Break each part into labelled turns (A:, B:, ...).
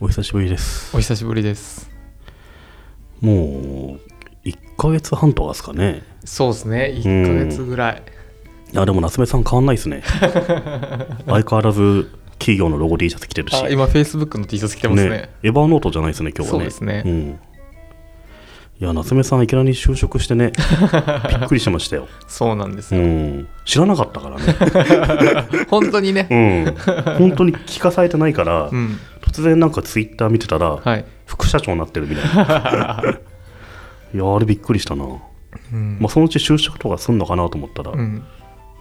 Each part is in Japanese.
A: お久しぶりです
B: お久しぶりです
A: もう1ヶ月半とかですかね
B: そうですね1ヶ月ぐらい
A: いやでも夏目さん変わんないです ね相変わらず企業のロゴ T シャツ着てるし
B: あ今 Facebook の T シャツ着てますね
A: エヴァーノートじゃないですね今日はね
B: そうですね
A: んいや夏目さんいきなり就職して ねびっくりしましたよ、
B: そうなんです
A: う
B: よ、
A: ん、知らなかったからね
B: 本当にね
A: うん、本当に聞かされてないから、
B: うん
A: 突然なんかツイッター見てたら、
B: はい、
A: 副社長になってるみたいな いやあれびっくりしたな、
B: うん
A: まあ、そのうち就職とかすんのかなと思ったら、
B: うん、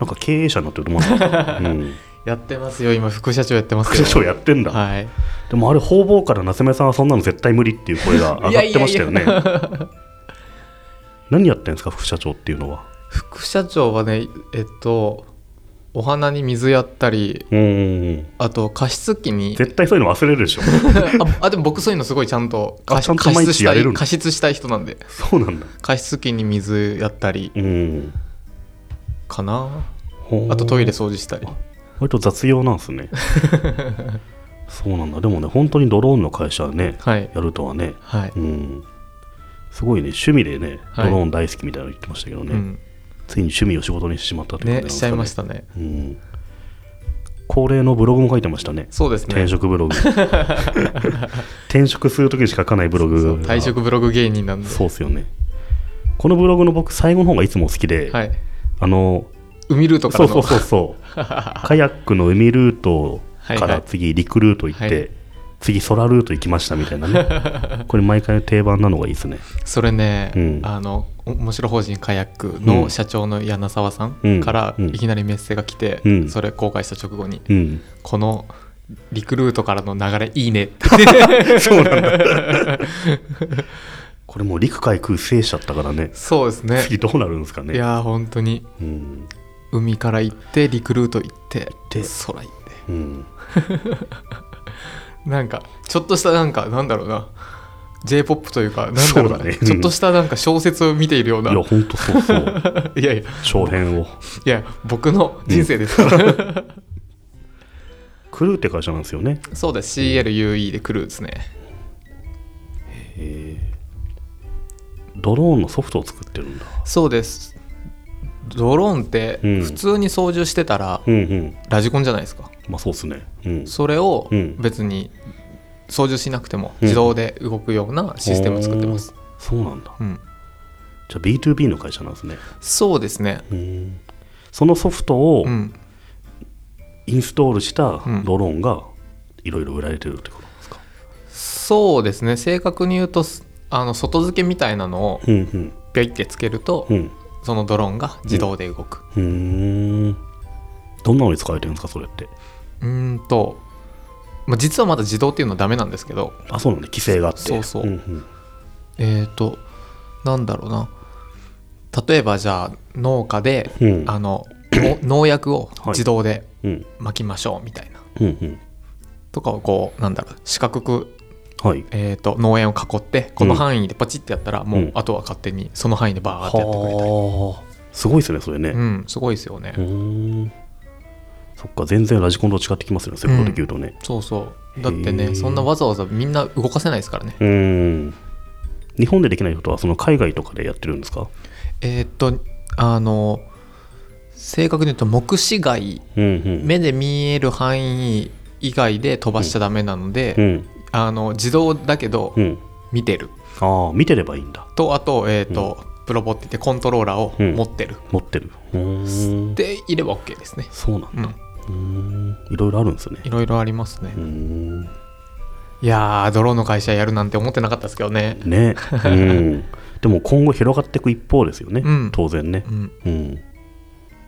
A: なんか経営者になってると思わなか った、うん、
B: やってますよ今副社長やってます
A: 副
B: けど
A: 社長やってんだ、
B: はい
A: でもあれ方々から夏目さんはそんなの絶対無理っていう声が上がってましたよね
B: いやいやいや
A: 何やってんですか副社長っていうのは
B: 副社長はねえっとお花に水やったり
A: うーん
B: あと加湿器に
A: 絶対そういうの忘れる でしょ
B: ああでも僕そういうのすごいちゃんと
A: あ
B: 加
A: ちゃんと毎日
B: 湿した
A: やれる
B: い
A: んだ
B: 加湿したい人なんで
A: そうなんだ
B: 加湿器に水やったり
A: うん
B: かな
A: ほー
B: あとトイレ掃除したり
A: 割と雑用なんです ねそうなんだでもね本当にドローンの会社ね
B: はい
A: やるとはね
B: はい、
A: うんすごいね趣味でねド
B: はい
A: ローン大好きみたいなの言ってましたけどね、
B: うん
A: ついに趣味を仕事にしてしまったという感じなん
B: ね
A: です
B: しち
A: か
B: ゃ
A: ね
B: いましたね
A: うん、恒例のブログも書いてましたね
B: そうですね
A: 転職ブログ 転職するときしか書かないブログ
B: そう退職ブログ芸人なんで
A: そうっすよねこのブログの僕最後の方がいつも好きで、
B: はい
A: あの
B: 海ルートか
A: そ
B: ら
A: う
B: の
A: そうそう そうカヤックの海ルートか
B: はいは
A: ら
B: い
A: 次陸ルート行って、
B: はい
A: 次空ルート行きましたみたいな ねこれ毎回の定番なのがいいですね
B: それね、
A: うん
B: あのお面白法人カヤック
A: うん
B: の社長の柳沢さ
A: うん
B: んから
A: うん
B: いきなりメッセが来て、
A: うん
B: それ公開した直後に、
A: うん
B: このリクルートからの流れいいね って
A: そうなんだこれもう陸海空制しちゃったからね
B: そうですね
A: 次どうなるんですかね
B: いやー本当に
A: うん
B: 海から行ってリクルート行って
A: て
B: 空行って
A: うん
B: なんかちょっとしたなんかなんだろうな j p o p というかなんだろう
A: そうだ
B: な
A: ね
B: ちょっとしたなんか小説を見ているようない
A: やほんとそうそう
B: いやいや
A: 長編を
B: いや僕の人生です から、
A: クルーって会社なんですよね
B: そうです CLUE で来るですね
A: ドローンのソフトを作ってるんだ
B: そうですドローンって
A: うん
B: 普通に操縦してたら
A: うんうん
B: ラジコンじゃないですか、
A: まあそうっすねうん
B: それを
A: うん
B: 別に操縦しなくても
A: うん
B: 自動で動くようなシステムを作ってます、
A: おーそうなんだ
B: うん、
A: じゃあ B2B の会社なんですね
B: そうですね
A: うんそのソフトを
B: うん
A: インストールした
B: うん
A: ドローンがいろいろ売られてるってことなんですか
B: そうですね正確に言うとすあの外付けみたいなのを
A: うんうん
B: ピョイってつけると、
A: うん
B: そのドローンが自動で動く
A: うーんどんなのに使われてるんですかそれって
B: うーんと、まあ、実はまだ自動っていうのはダメなんですけど
A: あそうなんだ規制があって
B: そうそうん
A: ん
B: えー、となんだろうな例えばじゃあ農家で、
A: うん
B: あの お農薬を
A: はい
B: 自動で
A: うん
B: まきましょうみたいな、
A: うんうん
B: とかをこうなんだろう四角く、
A: はい
B: えー、と農園を囲ってこの範囲でパチってやったら、も
A: うん
B: うあとは勝手にその範囲でバーってやってくれたり、
A: はあすごいですねそれね
B: うん、すごいですよね、
A: うーんそっか全然ラジコンと違ってきますよねそういうことできるとね
B: そうそうだって
A: へー
B: ねそんなわざわざみんな動かせないですからね
A: うーん日本でできないことはその海外とかでやってるんですか
B: えーっとあの正確に言うと目視外
A: うんうん
B: 目で見える範囲以外で飛ばしちゃダメなので、
A: うん
B: あの自動だけど
A: うん
B: 見てる
A: ああ見てればいいんだ
B: とあと,、えーっとプロボって言ってコントローラーを持ってる、
A: 持ってるうーん
B: でいれば OK ですね、
A: そうなん
B: う
A: だ
B: ん、
A: うーんいろいろあるんですね
B: いろいろありますね、
A: うーんね
B: いやードローンの会社やるなんて思ってなかったですけどね
A: うん でも今後広がっていく一方ですよね、
B: うん
A: 当然ね
B: うん
A: うん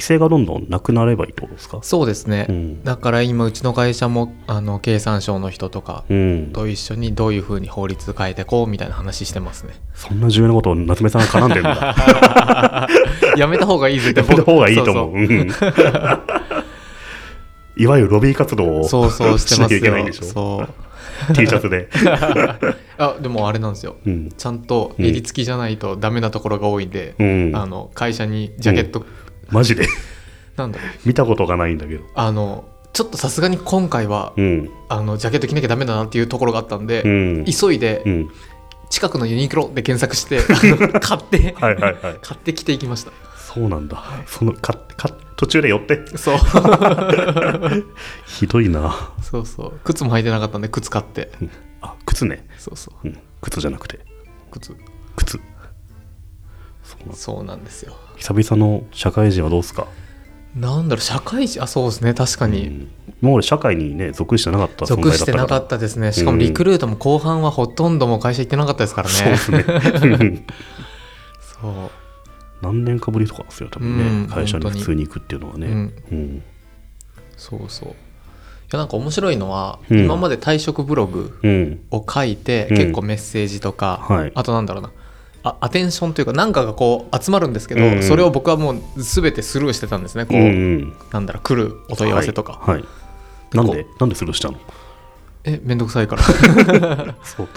A: 規制がどんどんなくなればいいってことですか
B: そうですね、
A: うん
B: だから今うちの会社もあの経産省の人とか
A: うん
B: と一緒にどういうふうに法律変えてこうみたいな話してます ね
A: そんな重要なことを夏目さんが絡んでるんだ
B: やめた方がいいぜって
A: やめた 方がいいと思う。
B: 僕
A: う んいわゆるロビー活動を
B: そうそうそうし
A: してな
B: ま
A: きゃい
B: すよ
A: けないんでしょ
B: そう
A: T シャツで。
B: あでもあれなんですよ、
A: うん
B: ちゃんと襟付きじゃないとダメなところが多いんで、
A: うん
B: あの会社にジャケット、
A: マジで
B: なんだろう
A: 見たことがないんだけど。
B: あのちょっとさすがに今回は、
A: うん
B: あのジャケット着なきゃダメだなっていうところがあったんで、
A: うん
B: 急いで、
A: うん
B: 近くのユニクロで検 索してあの買って
A: はいはいはい
B: 買ってきていきました
A: そうなんだそのかか途中で寄って
B: そう
A: ひどいな
B: そうそう靴も履いてなかったんで靴買って
A: うんあ靴ね、
B: そうそう
A: うん、靴じゃなくて
B: 靴
A: 靴そうなん
B: そうなんですよ
A: 久々の社会人はどうですか
B: なんだろう社会人あそうですね確か
A: う
B: に
A: ん今まで社会にね属してなかった存在
B: 属
A: だっ
B: した
A: か
B: て
A: ら
B: なかったですねしかもリクルートも後半はほとんどもう会社行ってなかったですからね、
A: そうですねうん
B: そ
A: 何年かぶりとかですよ多分ね、
B: うん
A: 会社に
B: 本
A: 普
B: 当に
A: 通に行くっていうのはね、
B: う、うん、
A: うん
B: そうそういやなんか面白いのは、
A: うん
B: 今まで退職ブログ
A: うん
B: を書いて、
A: うん
B: 結構メッセージとか、
A: はい
B: あとなんだろうなあアテンションというか何かがこう集まるんですけど、
A: うんうん
B: それを僕はもう全てスルーしてたんですねこう、
A: うんうん
B: なんだろう来るお問い合わせとか、
A: はい、はいなんでなんでスルーしたの
B: えめんどくさいから
A: そう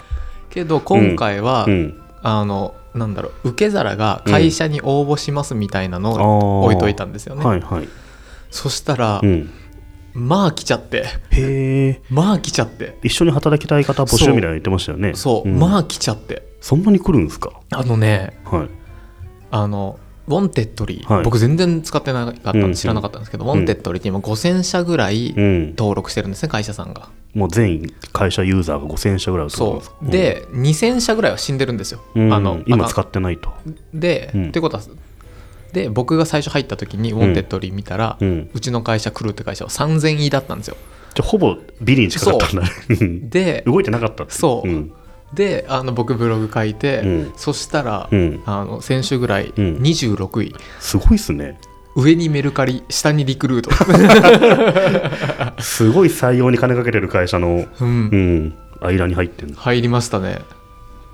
B: けど今回は、
A: うん
B: あのなんだろう受け皿が会社に応募しますみたいな
A: う
B: の
A: んあー
B: を置いといたんですよね、
A: はいはい、
B: そしたら、
A: うん、
B: まあ来ちゃって
A: へえ
B: まあ来ちゃって
A: 一緒に働きたい方募集みたいなの言ってましたよね
B: そう、
A: ん
B: まあ来ちゃって
A: そんなに来るんですか
B: あのね
A: はい
B: あのウォンテッドリー、
A: はい
B: 僕全然使ってなかったん
A: うんうん
B: で知らなかったんですけど、ウォンテッドリーって今5000社ぐらい
A: うん
B: 登録してるんですね会社さんが
A: もう全会社ユーザーが5000社ぐらいあるってことなん
B: そ
A: ですか
B: う、で2000社ぐらいは死んでるんですよ、
A: うん
B: あの
A: 今
B: あ
A: 使ってないと
B: で、
A: うん
B: ってことはで僕が最初入った時にウォンテッドリー見たら、
A: う
B: うんちの会社来るって会社は3000位だったんですよ
A: じゃあほぼビリに近かったんだねうん
B: で
A: 動いてなかったって
B: そう
A: うん
B: であの僕ブログ書いて、
A: うん
B: そしたら、
A: うん
B: あの先週ぐらい
A: ん
B: 26位、
A: すごいっすね
B: 上にメルカリ下にリクルート、
A: すごい採用に金かけてる会社の
B: う
A: う
B: ん
A: ん間に入ってんだ
B: 入りましたね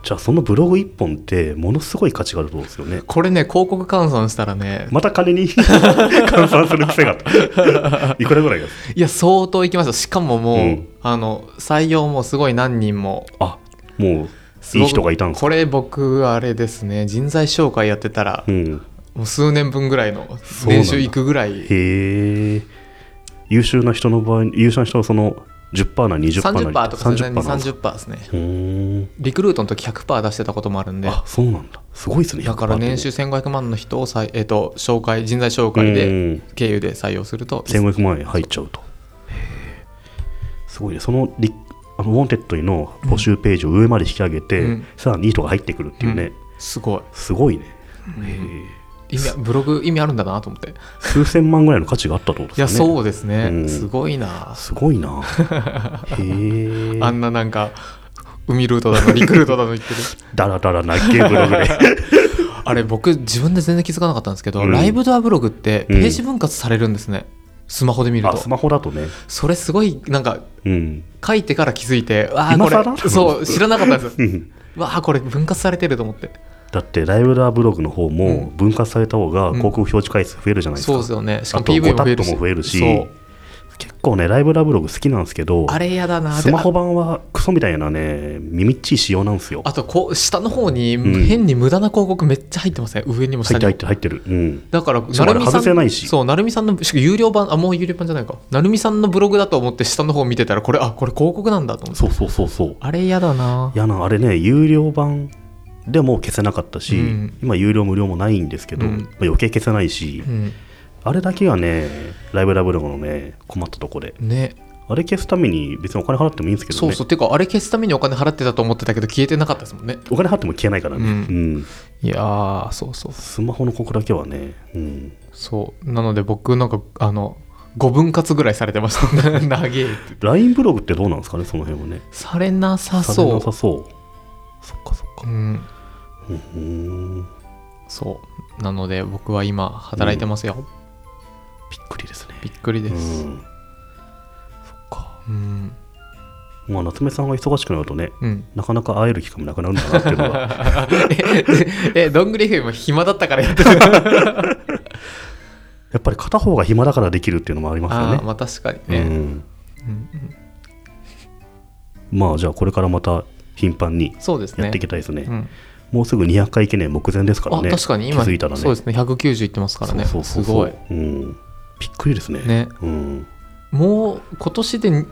A: じゃあそのブログ1本ってものすごい価値があると思うんですよ ね
B: これね広告換算したらね
A: また金に 換算する癖があったいくらぐらいが
B: いや相当いきましたしかももう、
A: うん
B: あの採用もすごい何人も
A: あも
B: す
A: う
B: ご
A: いい
B: く
A: 人がいたんですか
B: これ僕あれですね人材紹介やってたら、
A: うん
B: もう数年分ぐらいの
A: うなんだ
B: 年収いくぐらい
A: へえ優秀な人の場合優秀な人はその10%なり20%
B: 30%
A: なり
B: とか
A: 30%なんですか
B: 30%ですね
A: うーん
B: リクルートの時100%出してたこともあるんで
A: あそうなんだすごいですね
B: だから
A: 100%
B: 年収1500万の人をさい、えっと紹介人材紹介で
A: うん
B: 経由で採用すると
A: 1500万円入っちゃうとすごいねそのリあのウォンテッドリーの募集ページを上まで引き上げて、
B: うん
A: さらにいい人が入ってくるっていうね、
B: すごい
A: すごいねへえ
B: 意味ブログ意味あるんだなと思ってい
A: 数千万ぐらいの価値があったってこと
B: や
A: ですかね
B: そうですね、
A: うん
B: すごいな
A: すごい なへえ
B: あんななんか海ルートだ のリクルートだの言ってる
A: だらだらなっけブログで
B: あれ僕自分で全然気づかなかったんですけど、
A: うん
B: ライブドアブログってページ分割されるんですね、スマホ で見る
A: あ
B: と
A: スマホだとね
B: それすごいなんか
A: うん
B: 書いてから気づいてわあ
A: 今
B: こ
A: 更
B: れそう知らなかったんです
A: う
B: よ
A: ん
B: わあこれ分割されてると思って
A: だってライブラーブログの方も分割された方が広告表示回数増えるじゃないですか、
B: そうですよねしか
A: あ
B: も
A: と5
B: PV
A: タ
B: も増
A: ッ
B: える
A: ト
B: し
A: も増えるし
B: そう
A: 結構ねライブラーブログ好きなんですけど
B: あれやだなで
A: スマホ版はクソみたいなね耳っちい仕様なんですよ
B: ああとこう下の方に
A: ん
B: 変に無駄な広告めっちゃ入ってません、上にも
A: 入
B: 下
A: っ
B: に
A: て
B: も
A: 入って入ってるうん
B: だから
A: しかもあれ
B: 成美さん
A: 外せないし
B: そう成美さんのしかも有料版あもう有料版じゃないか成美さんのブログだと思って下の方見てたらこれあこれ広告なんだと思って
A: そうそうそうそう
B: あれ嫌だない
A: やなあれね有料版でも消せなかったし、
B: うん
A: 今有料無料もないんですけど、
B: うん
A: まあ余計消せないし、
B: うん
A: あれだけがねライブラーブログのね困ったとこで
B: ね
A: あれ消すために別にお金払ってもいいんですけど
B: そ
A: ね
B: うそうてかあれ消すためにお金払ってたと思ってたけど消えてなかったですもんね
A: お金払っても消えないからね、
B: うん
A: うん
B: いやーそうそう
A: スマホのここだけはね、うん、
B: そうなので僕なんかあの5分割ぐらいされてました 長えって
A: LINE ブログってどうなんですかねその辺はね
B: されなさ
A: され
B: そ
A: な
B: う
A: さそうそっかそっか
B: うん
A: うん
B: そうなので僕は今働いてますよ、
A: びっくりですね
B: びっくりで
A: うん
B: す
A: そっか
B: うん
A: まあ夏目さんが忙しくなるとね
B: うん
A: なかなか会える機会もなくなるんだなっていうのが
B: ええどんぐり FM も暇だったからやってる
A: やっぱり片方が暇だからできるっていうのもありますよ
B: あ
A: ね
B: あまあ確かに
A: う
B: ね、
A: ん、
B: うん
A: まあじゃあこれからまた頻繁に
B: そうですね
A: やっていきたいですね
B: うん
A: もうすぐ200回記念目前ですから
B: あ
A: ね
B: 確かに今
A: 気づいたらね
B: そうですね190いってますからね
A: そうそうそう
B: すごい
A: うん、びっくりですね
B: ね
A: うん、
B: もう今年で2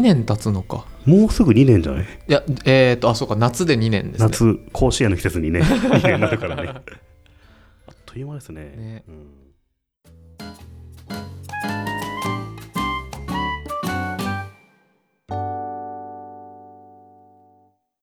B: 年経つのか
A: もうすぐ2年じゃない、
B: いやえっ、とあそうか夏で2年です ね
A: 夏甲子園の季節にね2年になるからねあっという間ですね
B: ね
A: うん